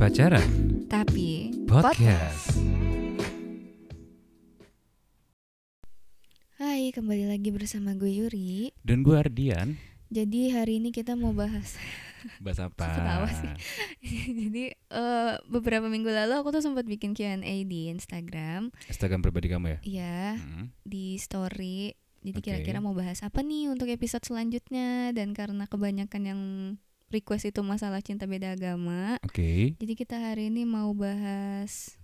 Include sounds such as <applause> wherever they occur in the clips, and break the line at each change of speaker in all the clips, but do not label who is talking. Pacaran
Tapi
Podcast
Hai, kembali lagi bersama gue Yuri.
Dan gue Ardian
Jadi hari ini kita mau bahas.
Bahas apa?
Ketawa sih. <laughs> Jadi eh, beberapa minggu lalu aku tuh sempat bikin Q&A di Instagram,
Instagram pribadi kamu ya?
ya
Hmm.
di story. Jadi
Oke.
kira-kira mau bahas apa nih untuk episode selanjutnya? Dan karena kebanyakan yang request itu masalah cinta beda agama,
Oke
jadi kita hari ini mau bahas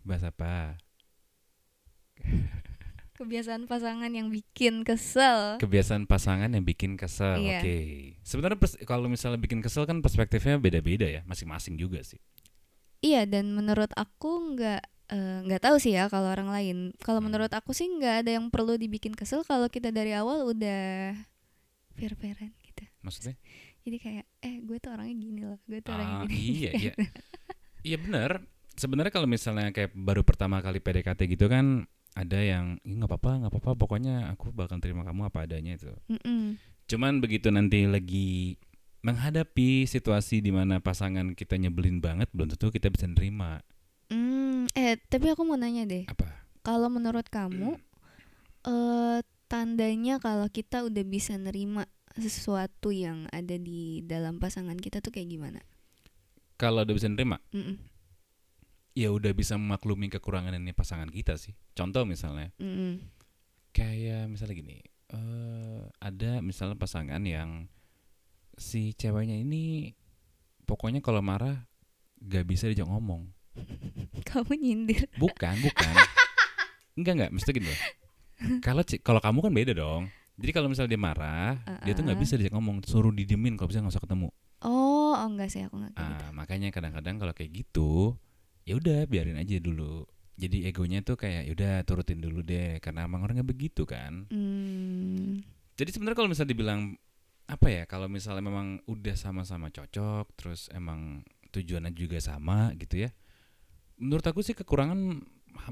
Bahas apa?
kebiasaan pasangan yang bikin kesel.
Kebiasaan pasangan yang bikin kesel
Iya.
Oke Sebenarnya pers- kalau misalnya bikin kesel kan perspektifnya beda-beda ya Masing-masing juga sih
Iya dan menurut aku nggak eh, nggak tahu sih ya kalau orang lain. Kalau
Hmm.
menurut aku sih nggak ada yang perlu dibikin kesel kalau kita dari awal udah fair fairan gitu.
Maksudnya?
Jadi kayak eh gue tuh orangnya gini loh, gue tuh
Ah,
orangnya gini.
iya, iya. Iya benar. Sebenarnya kalau misalnya kayak baru pertama kali PDKT gitu kan ada yang "Ih, nggak apa-apa nggak apa-apa pokoknya aku bakal terima kamu apa adanya itu
<laughs> Mm-mm.
Cuman begitu nanti lagi menghadapi situasi di mana pasangan kita nyebelin banget, belum tentu kita bisa nerima.
Hmm, eh tapi aku mau nanya deh,
Apa?
kalau menurut kamu
Hmm.
eh tandanya kalau kita udah bisa nerima sesuatu yang ada di dalam pasangan kita tuh kayak gimana?
Kalau udah bisa nerima,
Mm-mm.
ya udah bisa memaklumi kekurangannya pasangan kita sih. Contoh misalnya,
Mm-mm. <laughs>
kayak misalnya gini, eh ada misalnya pasangan yang si ceweknya ini pokoknya kalau marah gak bisa diajak ngomong.
Kamu nyindir.
Bukan, bukan. Enggak, enggak, mesti gini loh. Kalau ci- kalau kamu kan beda dong. Jadi kalau misalnya dia marah, dia tuh nggak
Uh-uh.
bisa diajak ngomong, suruh didiemin kalau bisa nggak usah ketemu.
Oh, oh enggak sih aku enggak kayak gitu.
Ah, makanya kadang-kadang kalau kayak gitu, ya udah biarin aja dulu. Jadi egonya tuh kayak ya udah turutin dulu deh karena emang orangnya begitu kan.
Hmm,
Jadi sebenarnya kalau misalnya dibilang apa ya, kalau misalnya memang udah sama-sama cocok, terus emang tujuannya juga sama gitu ya. Menurut aku sih kekurangan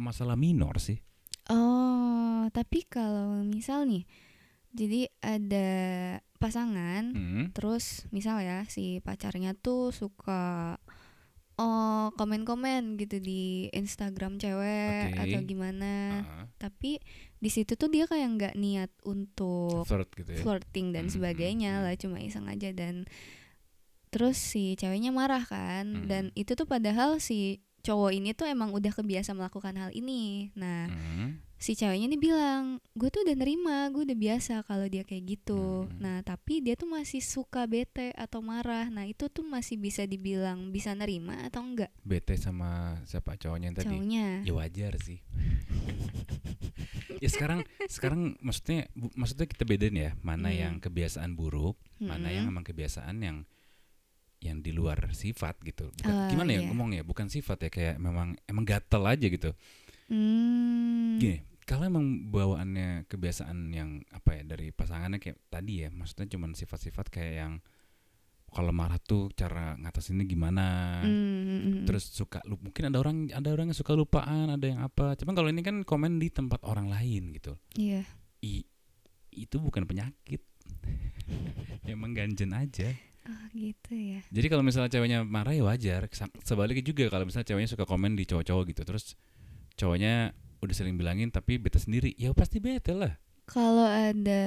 masalah minor sih.
Oh, tapi kalau misal nih, jadi ada pasangan,
Hmm.
terus misal ya si pacarnya tuh suka oh komen-komen gitu di Instagram cewek
Oke.
atau gimana,
Ah,
tapi di situ tuh dia kayak nggak niat untuk
flirt gitu ya.
flirting dan
Mm, mm,
sebagainya
mm.
lah cuma iseng aja dan terus si ceweknya marah
Mm.
kan dan itu tuh padahal si cowok ini tuh emang udah kebiasa melakukan hal ini nah
Hmm.
si ceweknya ini bilang gue tuh udah nerima gue udah biasa kalau dia kayak gitu
Mm.
nah tapi dia tuh masih suka bete atau marah nah itu tuh masih bisa dibilang bisa nerima atau enggak
Bete sama siapa cowoknya yang tadi?
cowoknya
Ya wajar sih. ya sekarang sekarang maksudnya bu- maksudnya kita bedain ya mana
Hmm.
yang kebiasaan buruk, mana
Mm-mm.
yang emang kebiasaan yang yang di luar sifat gitu. Bukan-
Oh,
gimana ya
iya.
ngomong ya? Bukan sifat ya kayak memang emang gatel aja gitu.
Hmm,
Gini, kalau emang bawaannya kebiasaan yang apa ya dari pasangannya kayak tadi ya, maksudnya cuman sifat-sifat kayak yang kalau marah tuh cara ngatasinnya gimana,
mm, mm, mm.
ah. terus suka lu mungkin ada orang ada orang yang suka lupaan ada yang apa cuman kalau ini kan komen di tempat orang lain gitu
iya
I, itu bukan penyakit <laughs> emang ganjen aja
oh, gitu ya
jadi kalau misalnya ceweknya marah ya wajar Sa- sebaliknya juga kalau misalnya ceweknya suka komen di cowok-cowok gitu terus cowoknya udah sering bilangin tapi bete sendiri ya pasti bete lah
Kalau ada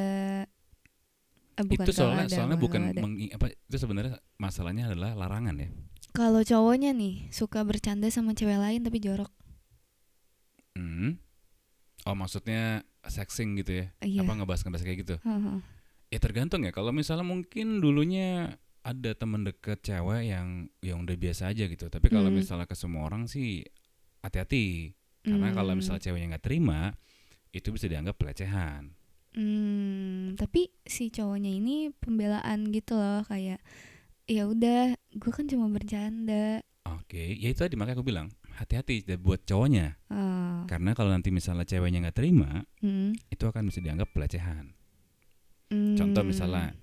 eh, bukan
itu
kalau
soalnya
ada,
soalnya bukan
kalau ada.
mengi- apa itu sebenarnya masalahnya adalah larangan ya
Kalau cowoknya nih suka bercanda sama cewek lain tapi jorok.
Hmm. oh maksudnya sexing gitu ya
Iya.
apa ngebahas ngebahas kayak gitu
Heeh.
Ya tergantung ya. Kalau misalnya mungkin dulunya ada teman deket cewek yang yang udah biasa aja gitu. Tapi kalau
Mm.
misalnya ke semua orang sih hati-hati. Karena kalau
Hmm,
misalnya ceweknya nggak terima, itu bisa dianggap pelecehan.
hmm, tapi si cowoknya ini pembelaan gitu loh kayak ya udah gue kan cuma bercanda.
Oke, ya itu tadi makanya aku bilang hati-hati dan buat cowoknya.
Oh,
Karena kalau nanti misalnya ceweknya nggak terima,
hmm,
itu akan bisa dianggap pelecehan.
hmm.
Contoh misalnya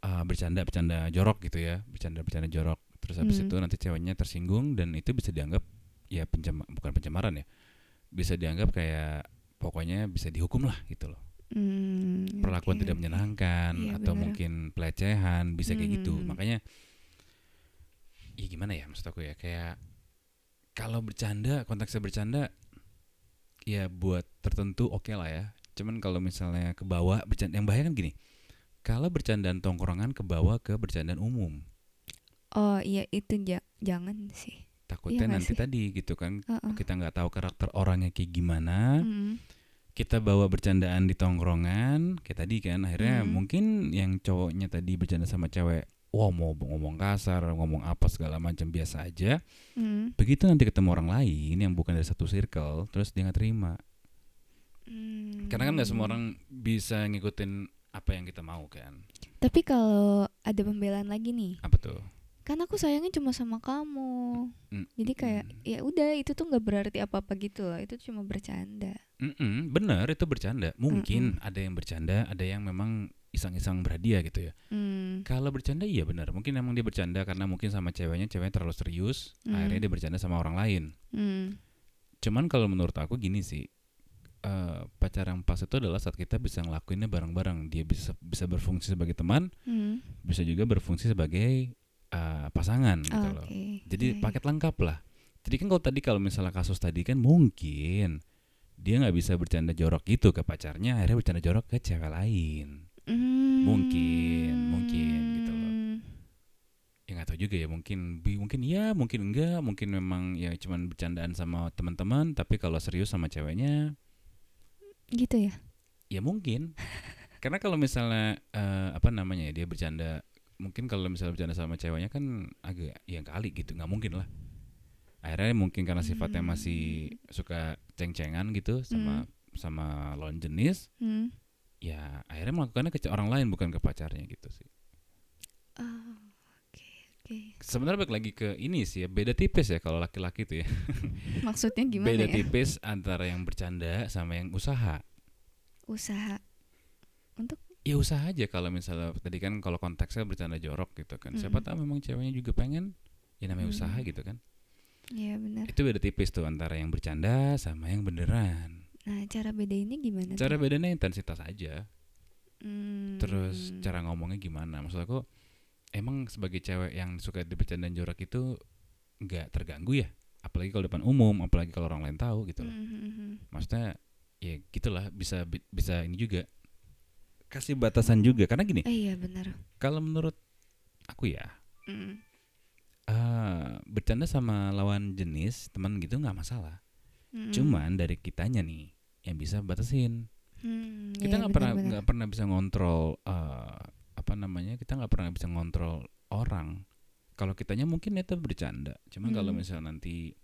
ah, bercanda-bercanda jorok gitu ya, bercanda-bercanda jorok. Terus habis
Hmm.
itu nanti ceweknya tersinggung dan itu bisa dianggap ya pencema bukan pencemaran ya. Bisa dianggap kayak pokoknya bisa dihukum lah gitu loh.
Hmm,
Perlakuan
oke,
tidak
oke.
menyenangkan
Iya, Hmm.
atau
bener.
mungkin pelecehan bisa kayak gitu.
Hmm.
Makanya ya gimana ya maksud aku ya kayak kalau bercanda konteksnya bercanda ya buat tertentu oke lah ya cuman kalau misalnya ke bawah bercanda yang bahaya kan gini kalau bercandaan tongkrongan ke bawah ke bercandaan umum
Oh iya itu ja- jangan sih.
takutnya
Iya nggak
nanti
sih? Ah.
tadi gitu kan
Heeh.
kita nggak tahu karakter orangnya kayak gimana
Mm.
kita bawa bercandaan di tongkrongan kayak tadi kan akhirnya
Hmm.
mungkin yang cowoknya tadi bercanda sama cewek wah mau ngomong kasar ngomong apa segala macam biasa aja
Mm.
begitu nanti ketemu orang lain yang bukan dari satu circle terus dia nggak terima
Mm.
karena kan nggak semua orang bisa ngikutin apa yang kita mau kan
Tapi kalau ada pembelaan lagi nih,
apa tuh
kan aku sayangnya cuma sama kamu.
Mm.
Jadi kayak
Mm.
ya udah itu tuh nggak berarti apa-apa gitu loh. Itu cuma bercanda.
Mm-mm, bener itu bercanda mungkin ada yang bercanda ada yang memang iseng-iseng berhadiah gitu ya
Mm.
Kalau bercanda iya benar. Mungkin emang dia bercanda karena mungkin sama ceweknya, ceweknya terlalu serius,
Hmm.
akhirnya dia bercanda sama orang lain.
Mm.
Cuman kalau menurut aku gini sih, eh, pacar yang pas itu adalah saat kita bisa ngelakuinnya bareng-bareng. Dia bisa bisa berfungsi sebagai teman,
Mm.
bisa juga berfungsi sebagai eh, pasangan gitu
Oke.
loh. Jadi
Iya, iya.
paket lengkap lah. Jadi kan kalau tadi kalau misalnya kasus tadi kan mungkin dia nggak bisa bercanda jorok gitu ke pacarnya, akhirnya bercanda jorok ke cewek lain.
Mm.
Mungkin, mungkin gitu loh. ya nggak tahu juga ya mungkin bi- mungkin ya mungkin enggak mungkin memang ya cuman bercandaan sama teman-teman tapi kalau serius sama ceweknya
Gitu ya.
ya mungkin <laughs> karena kalau misalnya eh, apa namanya ya dia bercanda mungkin kalau misalnya bercanda sama ceweknya kan agak ya kali gitu nggak mungkin lah akhirnya mungkin karena sifatnya
Hmm.
masih suka ceng-cengan gitu sama sama lawan jenis
Mm.
ya akhirnya melakukannya ke orang lain bukan ke pacarnya gitu sih
Oh, Oke, oke.
sebenarnya balik lagi ke ini sih ya beda tipis ya kalau laki-laki tuh ya
Maksudnya gimana
beda
ya?
tipis antara yang bercanda sama yang usaha.
Usaha.
Ya usaha aja kalau misalnya tadi kan kalau konteksnya bercanda jorok gitu kan. Siapa
Mm-mm.
tahu memang ceweknya juga pengen ya namanya
Mm.
usaha gitu kan.
Iya benar.
Itu beda tipis tuh antara yang bercanda sama yang beneran.
Nah, cara bedainnya gimana?
Cara
tuh?
bedanya intensitas aja.
Hmm.
Terus cara ngomongnya gimana? Maksud aku emang sebagai cewek yang suka dibercandaan jorok itu nggak terganggu ya? Apalagi kalau depan umum, apalagi kalau orang lain tahu gitu loh.
Hmm, hmm, hmm, hmm.
maksudnya ya gitulah bisa bi- bisa ini juga kasih batasan juga karena gini
Eh, iya benar.
kalau menurut aku ya
Hmm.
eh, bercanda sama lawan jenis teman gitu nggak masalah
Hmm.
cuman dari kitanya nih yang bisa batasin
Hmm,
kita
iya,
nggak
benar,
pernah
benar.
nggak pernah bisa ngontrol eh, apa namanya kita nggak pernah bisa ngontrol orang kalau kitanya mungkin itu bercanda cuman kalau
Hmm.
misal nanti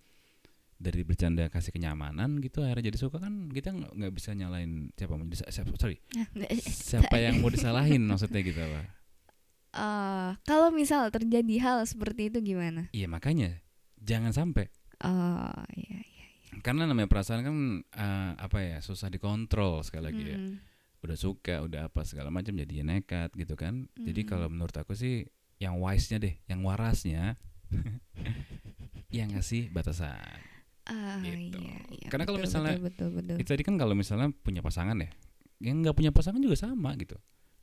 dari bercanda kasih kenyamanan gitu akhirnya jadi suka kan kita nggak nggak bisa nyalain siapa mau disa- siapa- sorry
<laughs> Nah, nggak-
siapa yang mau disalahin maksudnya gitu apa
Eh, kalau misal terjadi hal seperti itu gimana?
iya makanya jangan sampai
Oh, iya. iya.
karena namanya perasaan kan eh, apa ya susah dikontrol sekali lagi ya
Hmm.
udah suka udah apa segala macam jadi nekat gitu kan jadi
Mm.
kalau menurut aku sih yang wise nya deh yang warasnya yang ngasih batasan
Ah,
Gitu.
iya, iya,
Karena kalau
betul,
misalnya
betul, betul, betul.
itu tadi kan kalau misalnya punya pasangan ya yang nggak punya pasangan juga sama gitu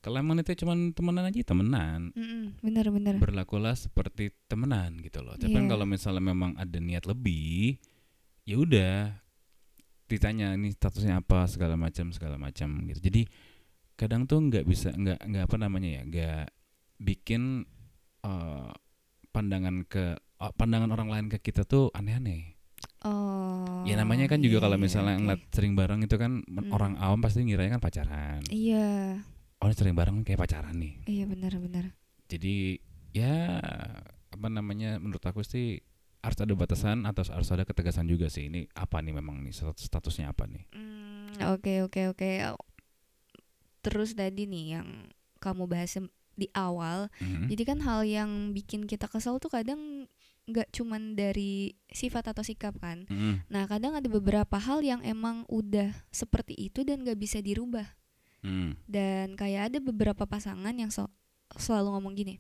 kalau emang itu cuma temenan aja temenan
Mm-mm, benar, benar.
berlakulah seperti temenan gitu loh. Tapi kan
Iya.
kalau misalnya memang ada niat lebih, ya udah ditanya ini statusnya apa segala macam segala macam gitu. Jadi kadang tuh nggak bisa nggak nggak apa namanya ya nggak bikin eh, pandangan ke eh, pandangan orang lain ke kita tuh aneh-aneh.
Oh.
ya namanya kan juga
iya,
kalau
iya,
misalnya
oke.
ngeliat sering bareng itu kan
Hmm.
orang awam pasti ngiranya kan pacaran.
Iya,
Orang sering bareng kayak pacaran nih
iya benar, benar.
jadi ya apa namanya menurut aku sih harus ada batasan atau harus ada ketegasan juga sih ini apa nih memang nih stat- statusnya apa nih
Hmm, Oke oke oke. Terus tadi nih yang kamu bahas sem- di awal,
Mhm.
jadi kan hal yang bikin kita kesel tuh kadang nggak cuman dari sifat atau sikap kan.
Mhm.
Nah kadang ada beberapa hal yang emang udah seperti itu dan nggak bisa dirubah.
Mhm.
Dan kayak ada beberapa pasangan yang so- selalu ngomong gini,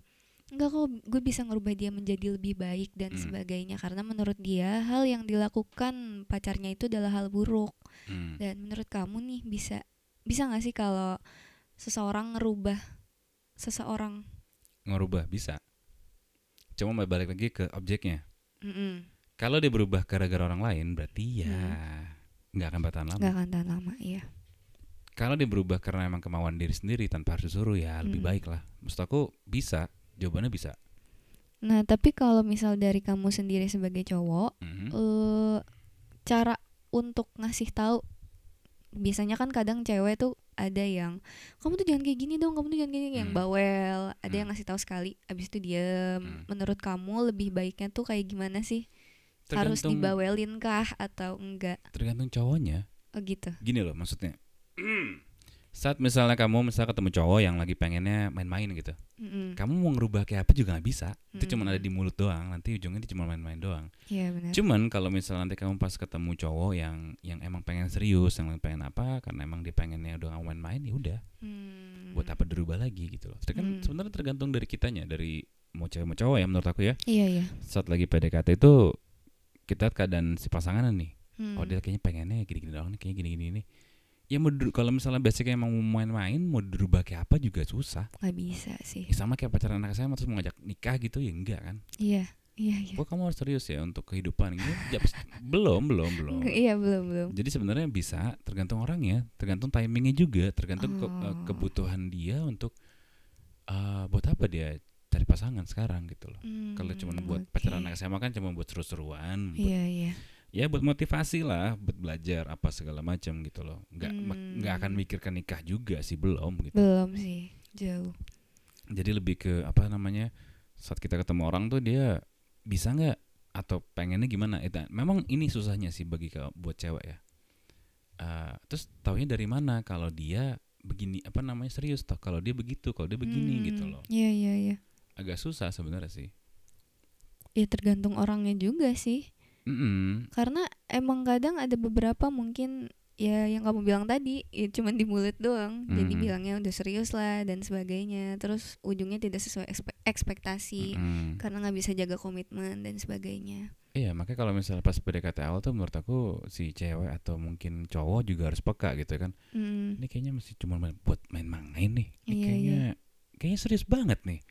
nggak kok gue bisa ngerubah dia menjadi lebih baik dan
Hmm.
sebagainya karena menurut dia hal yang dilakukan pacarnya itu adalah hal buruk.
Mhm.
Dan menurut kamu nih bisa bisa nggak sih kalau seseorang ngerubah seseorang?
ngerubah bisa Cuma balik lagi ke objeknya.
Mm-mm.
Kalau dia berubah gara-gara orang lain, berarti ya nggak akan bertahan lama.
Mm-hmm. nggak akan tahan lama ya
Kalau dia berubah karena emang kemauan diri sendiri tanpa harus disuruh ya lebih
Mm.
baik lah. Maksud aku bisa, jawabannya bisa.
nah tapi kalau misal dari kamu sendiri sebagai cowok
Mhm.
eh cara untuk ngasih tahu biasanya kan kadang cewek tuh ada yang kamu tuh jangan kayak gini dong kamu tuh jangan kayak gini yang
Hmm.
bawel ada yang
Hmm.
ngasih tahu sekali abis itu diem
Hmm.
menurut kamu lebih baiknya tuh kayak gimana sih harus
Tergantung-
dibawelin kah atau enggak
Tergantung cowoknya.
oh gitu
gini loh maksudnya saat misalnya kamu misal ketemu cowok yang lagi pengennya main-main gitu
Hmm. Mm-mm.
kamu mau ngerubah kayak apa juga nggak bisa itu
Mm-mm.
cuma ada di mulut doang nanti ujungnya dia cuma main-main doang
Iya benar
cuman kalau misalnya nanti kamu pas ketemu cowok yang yang emang pengen serius yang pengen apa karena emang dia pengennya udah nggak mau main-main ya udah
Hmm.
buat apa dirubah lagi gitu loh itu kan
Mm.
sebenarnya tergantung dari kitanya dari mau cewek mau cowok ya menurut aku ya
iya iya
saat lagi PDKT itu kita lihat keadaan si pasangan nih
Hmm.
Oh dia kayaknya pengennya gini-gini doang nih, kayaknya gini-gini nih. Ya mau diru- kalau misalnya basicnya emang mau main-main, mau dirubah kayak apa juga susah.
nggak bisa sih
Ya, sama kayak pacaran anak SMA terus mau ngajak nikah gitu ya enggak kan?
iya iya iya
Kok kamu harus serius ya untuk kehidupan gitu? Ya, pes- belum, belum, belum.
Nggak- iya belum belum
Jadi sebenarnya bisa tergantung orangnya, tergantung timingnya juga, tergantung ke- eh,
Oh.
kebutuhan dia untuk eh, buat apa dia cari pasangan sekarang gitu loh. Kalau cuma
Hmm,
buat
oke.
pacaran anak SMA kan cuma buat seru-seruan, buat
iya iya
ya buat motivasi lah buat belajar apa segala macam gitu loh nggak mak-
Hmm.
nggak akan mikirkan nikah juga sih belum gitu
belum sih jauh
jadi lebih ke apa namanya saat kita ketemu orang tuh dia bisa nggak atau pengennya gimana itu memang ini susahnya sih bagi ke, buat cewek ya Eh, terus taunya dari mana kalau dia begini apa namanya serius toh kalau dia begitu kalau dia begini
Hmm,
gitu loh
Iya iya iya.
agak susah sebenarnya sih
Ya tergantung orangnya juga sih.
Mm-mm.
Karena emang kadang ada beberapa mungkin ya yang kamu bilang tadi ya cuman di mulut doang. Jadi
Mm-mm.
bilangnya udah serius lah dan sebagainya. Terus ujungnya tidak sesuai ekspe- ekspektasi
Mm-mm.
karena nggak bisa jaga komitmen dan sebagainya.
Iya, makanya kalau misalnya pas PDKT awal tuh menurut aku si cewek atau mungkin cowok juga harus peka gitu kan.
Mm.
Ini kayaknya masih cuma main- buat main-main nih. Ini
Iya,
kayaknya kayaknya serius banget nih.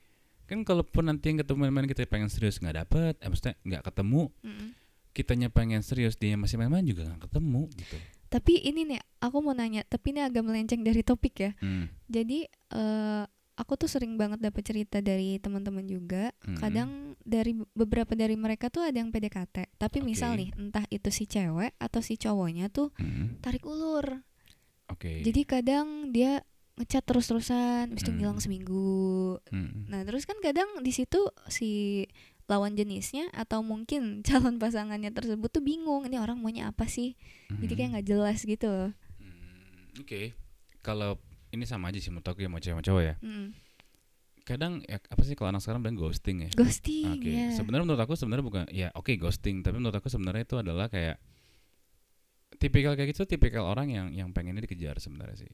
Kan kalaupun nanti yang ketemu main-main kita pengen serius nggak dapet, eh, maksudnya nggak ketemu,
Mm-mm.
kitanya pengen serius dia masih main-main juga nggak ketemu gitu.
Tapi ini nih aku mau nanya, tapi ini agak melenceng dari topik ya.
Hmm,
Jadi eh aku tuh sering banget dapat cerita dari teman-teman juga
hmm,
kadang dari beberapa dari mereka tuh ada yang PDKT tapi misal
Oke.
nih entah itu si cewek atau si cowoknya tuh
hmm,
tarik ulur
Oke.
jadi kadang dia ngechat terus-terusan habis
Iya.
itu
Hmm.
ngilang seminggu
Hmm,
nah terus kan kadang di situ si lawan jenisnya atau mungkin <laughs> calon pasangannya tersebut tuh bingung ini orang maunya apa sih jadi kayak nggak jelas gitu loh
hmm, Oke. Kalau ini sama aja sih menurut aku ya mau cewek sama cowok ya.
Mm.
Kadang ya, apa sih kalau anak sekarang bilang ghosting ya?
ghosting
Oke,
ya
sebenarnya menurut aku sebenarnya bukan ya oke ghosting, tapi menurut aku sebenarnya itu adalah kayak tipikal kayak gitu tipikal orang yang yang pengennya dikejar sebenarnya sih.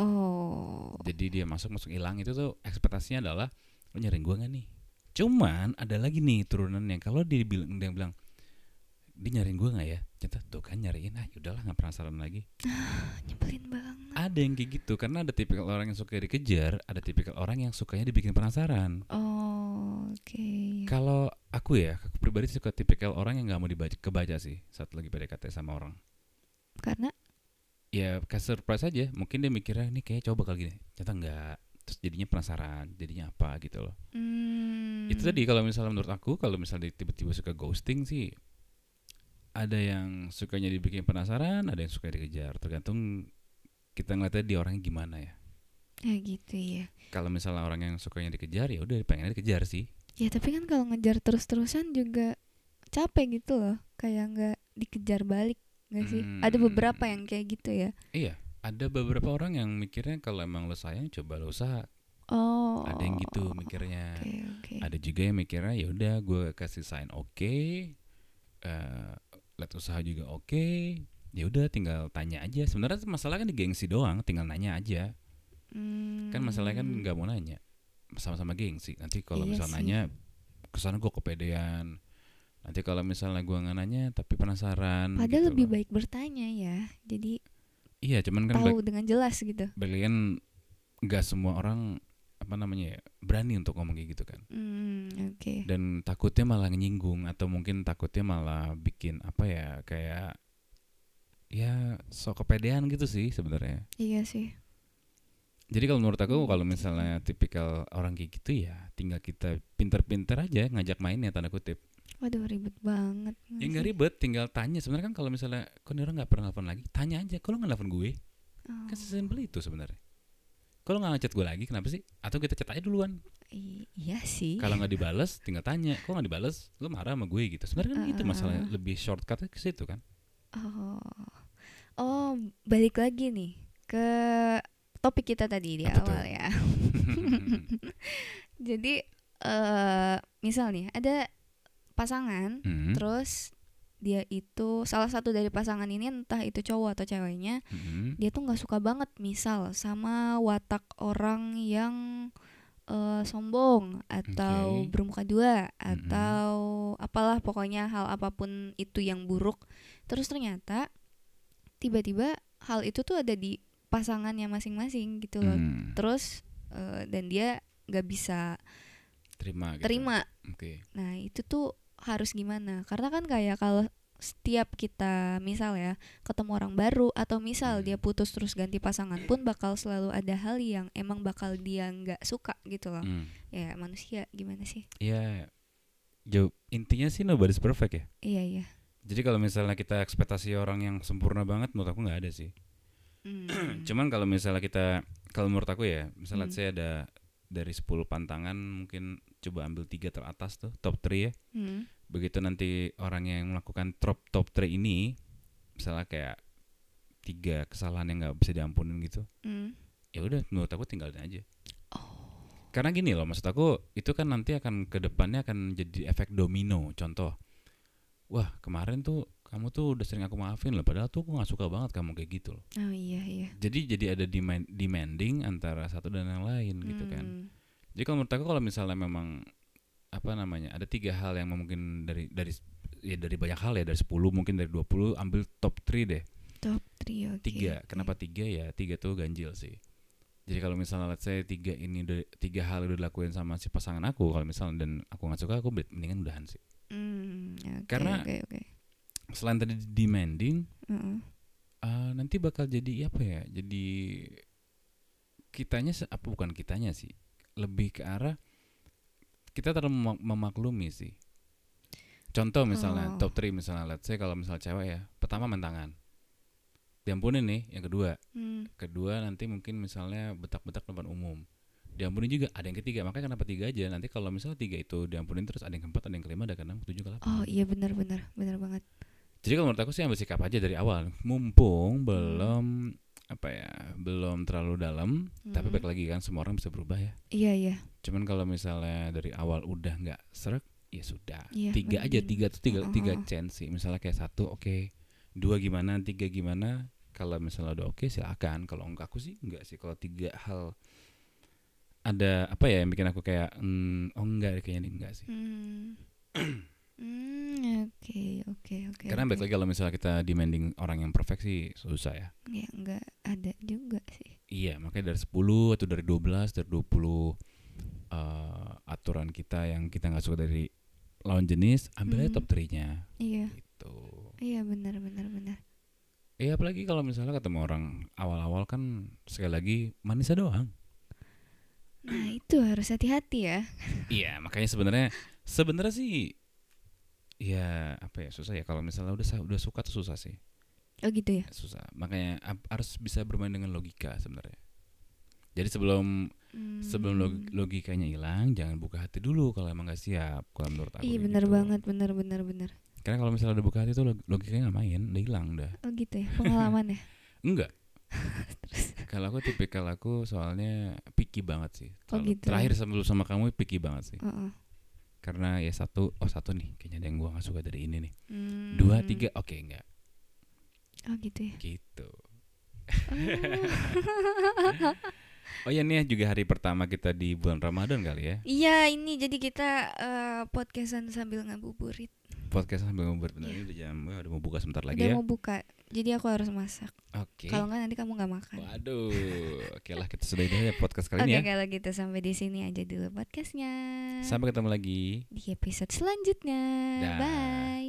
oh
Jadi dia masuk masuk hilang itu tuh ekspektasinya adalah lo nyariin gua nggak nih? Cuman ada lagi nih turunannya kalau dia bilang dia bilang dia nyariin gua nggak ya? Cinta tuh kan nyariin ah udahlah nggak penasaran lagi.
nyebelin banget
Ada yang kayak gitu karena ada tipikal orang yang suka dikejar, ada tipikal orang yang sukanya dibikin penasaran.
oh oke
Kalau aku ya, aku pribadi suka tipikal orang yang nggak mau dibaca kebaca sih saat lagi PDKT sama orang.
karena
Ya kasih surprise aja, mungkin dia mikirnya nih kayak coba bakal gini, ternyata nggak. Terus jadinya penasaran, jadinya apa gitu loh.
hmm,
Itu tadi kalau misalnya menurut aku, kalau misalnya dia tiba-tiba suka ghosting sih, ada yang sukanya dibikin penasaran, ada yang suka dikejar. Tergantung kita ngeliatnya di orangnya gimana ya.
ya gitu ya
Kalau misalnya orang yang sukanya dikejar, ya udah pengennya dikejar sih.
Ya tapi kan kalau ngejar terus-terusan juga capek gitu loh. Kayak nggak dikejar balik nggak sih?
Hmm.
Ada beberapa yang kayak gitu ya.
Iya, ada beberapa orang yang mikirnya kalau emang lo sayang coba lo usaha
Oh.
ada yang gitu mikirnya
Oke oke.
ada juga yang mikirnya ya udah gue kasih sign oke eh, let usaha juga oke ya udah tinggal tanya aja sebenarnya masalah kan di gengsi doang tinggal nanya aja
Hmm.
kan masalahnya kan nggak mau nanya sama-sama gengsi nanti kalau
Iya
misal
sih.
nanya kesana gue kepedean nanti kalau misalnya gue nggak nanya tapi penasaran gitu
Padahal lebih
loh.
baik bertanya ya. Jadi
iya cuman kan
tahu dengan jelas gitu.
Berlian nggak semua orang apa namanya ya berani untuk ngomong kayak gitu kan
Hmm, oke.
dan takutnya malah nyinggung atau mungkin takutnya malah bikin apa ya kayak ya sok kepedean gitu sih sebenarnya
Iya sih.
jadi kalau menurut aku
Hmm,
kalau
gitu.
misalnya tipikal orang kayak gitu ya tinggal kita pinter-pinter aja ngajak mainnya tanda kutip
Waduh ribet banget. nggak
ya nggak
sih?
ribet tinggal tanya sebenarnya kan kalau misalnya kok nih orang nggak pernah nelfon lagi tanya aja kalau nggak nelfon gue
Oh,
kan sesimpel itu sebenarnya kalau nggak ngechat gue lagi kenapa sih atau kita chat aja duluan
i- iya sih.
kalau nggak dibales tinggal tanya kok nggak dibales lu marah sama gue gitu sebenarnya kan gitu
Ah.
masalahnya lebih shortcutnya ke situ
<laughs>
kan
Oh. Oh, balik lagi nih ke topik kita tadi di
Apa tuh?
awal ya.
Hmm.
Jadi eh misal nih ada pasangan
Hmm.
terus dia itu salah satu dari pasangan ini entah itu cowok atau ceweknya
Hmm.
dia tuh nggak suka banget misal sama watak orang yang eh, sombong atau
Oke. Hmm.
bermuka dua
Mm-mm.
atau apalah pokoknya hal apapun itu yang buruk terus ternyata tiba-tiba hal itu tuh ada di pasangannya masing-masing gitu loh
Hmm.
terus eh, dan dia nggak bisa
terima gitu.
terima
oke
Nah, itu tuh harus gimana? Karena kan kayak kalau setiap kita misal ya ketemu orang baru atau misal
Hmm.
dia putus terus ganti pasangan pun bakal selalu ada hal yang emang bakal dia nggak suka gitu loh.
Hmm.
Ya, manusia gimana sih?
ya jauh intinya sih nobody's perfect ya
Iya,
<clears throat>
iya.
jadi kalau misalnya kita ekspektasi orang yang sempurna banget menurut aku nggak ada sih
Hmm.
Cuman kalau misalnya kita kalau menurut aku ya, misalnya
Hmm.
saya ada dari 10 pantangan mungkin coba ambil tiga teratas tuh, top 3 ya.
Hmm.
Begitu nanti orang yang melakukan top top 3 ini misalnya kayak tiga kesalahan yang nggak bisa diampunin gitu.
Hmm.
Ya udah menurut aku tinggalin aja. Karena gini loh, maksud aku itu kan nanti akan ke depannya akan jadi efek domino. Contoh, wah kemarin tuh kamu tuh udah sering aku maafin loh, padahal tuh aku nggak suka banget kamu kayak gitu loh
Oh iya, iya.
jadi jadi ada demand, demanding antara satu dan yang lain gitu kan
Hmm.
jadi kalau menurut aku kalau misalnya memang apa namanya ada tiga hal yang mungkin dari dari ya dari banyak hal ya dari 10 mungkin dari 20 ambil top 3 deh
Top 3 oke.
tiga kenapa tiga ya tiga tuh ganjil sih jadi kalau misalnya let's say tiga ini udah- tiga hal udah dilakuin sama si pasangan aku kalau misalnya dan aku nggak suka aku mendingan udahan sih
Hmm, oke,
Karena-
oke, oke.
selain tadi demanding
Heeh.
Eh, nanti bakal jadi apa ya? Jadi kitanya se- apa bukan kitanya sih? Lebih ke arah kita terlalu mema- memaklumi sih. Contoh misalnya
Oh.
top 3 misalnya let's say kalau misalnya cewek ya, pertama mentangan. Diampunin nih, yang kedua.
Hmm.
Kedua nanti mungkin misalnya betak-betak depan umum. Diampunin juga ada yang ketiga. Makanya kenapa tiga aja? Nanti kalau misalnya tiga itu diampunin terus ada yang keempat, ada yang kelima, ada yang keenam, ketujuh, kedelapan.
Oh, iya benar benar, benar banget.
Jadi kalau menurut aku sih ambil sikap aja dari awal. Mumpung
Hmm.
belum apa ya, belum terlalu dalam, tapi
Hmm.
baik lagi kan semua orang bisa berubah ya.
Iya, iya.
Cuman kalau misalnya dari awal udah nggak serak, ya sudah.
Iya,
tiga aja,
bener-bener.
tiga tuh tiga
Oh, oh,
tiga
oh.
chance sih. Misalnya kayak satu, oke. Dua gimana, tiga gimana? Kalau misalnya udah oke silakan. Kalau enggak aku sih enggak sih. Kalau tiga hal ada apa ya yang bikin aku kayak hmm, oh enggak kayaknya ini enggak sih.
Hmm. Hmm, oke, oke, oke.
Karena baik
oke.
lagi kalau misalnya kita demanding orang yang perfect sih susah ya.
Ya nggak ada juga sih.
Iya, makanya dari 10 atau dari 12, dari 20 eh, aturan kita yang kita nggak suka dari lawan jenis, ambil aja
Hmm.
top 3-nya
Iya,
gitu.
iya benar benar benar.
Iya, apalagi kalau misalnya ketemu orang awal-awal kan sekali lagi manisnya doang.
Nah
Hmm.
itu harus hati-hati ya.
Iya, makanya sebenarnya sebenarnya sih ya apa ya susah ya kalau misalnya udah sa- udah suka tuh susah sih.
Oh gitu ya.
Susah. Makanya ap- harus bisa bermain dengan logika sebenarnya. Jadi sebelum
Hmm.
sebelum log- logikanya hilang jangan buka hati dulu kalau emang nggak siap kalau menurut aku
Iya
kayak
benar
gitu.
banget, benar benar benar.
karena kalau misalnya udah buka hati itu log- logikanya nggak main udah hilang dah
Oh gitu ya pengalaman
<laughs>
ya.
enggak kalau aku tipikal aku soalnya picky banget sih
Oh,
Terlalu-
gitu.
terakhir sebelum sama kamu picky banget sih
Heeh.
karena ya satu oh satu nih kayaknya ada yang gua nggak suka dari ini nih
Hmm.
dua tiga oke enggak
Oh gitu ya. <laughs>
gitu
Oh.
oh ya nih juga hari pertama kita di bulan ramadan kali ya
Iya ini jadi kita eh, podcastan sambil ngabuburit.
podcast sambil ngobrol
Iya.
ini udah jam wah, udah mau buka sebentar lagi
Udah
ya
mau buka Jadi aku harus masak.
Oke.
Kalau nggak nanti kamu nggak makan.
Waduh. Oke lah kita sudahi dulu ya podcast kali
Oke
ini ya.
kalau gitu sampai di sini aja dulu podcastnya.
Sampai ketemu lagi.
di episode selanjutnya.
Dah.
Bye.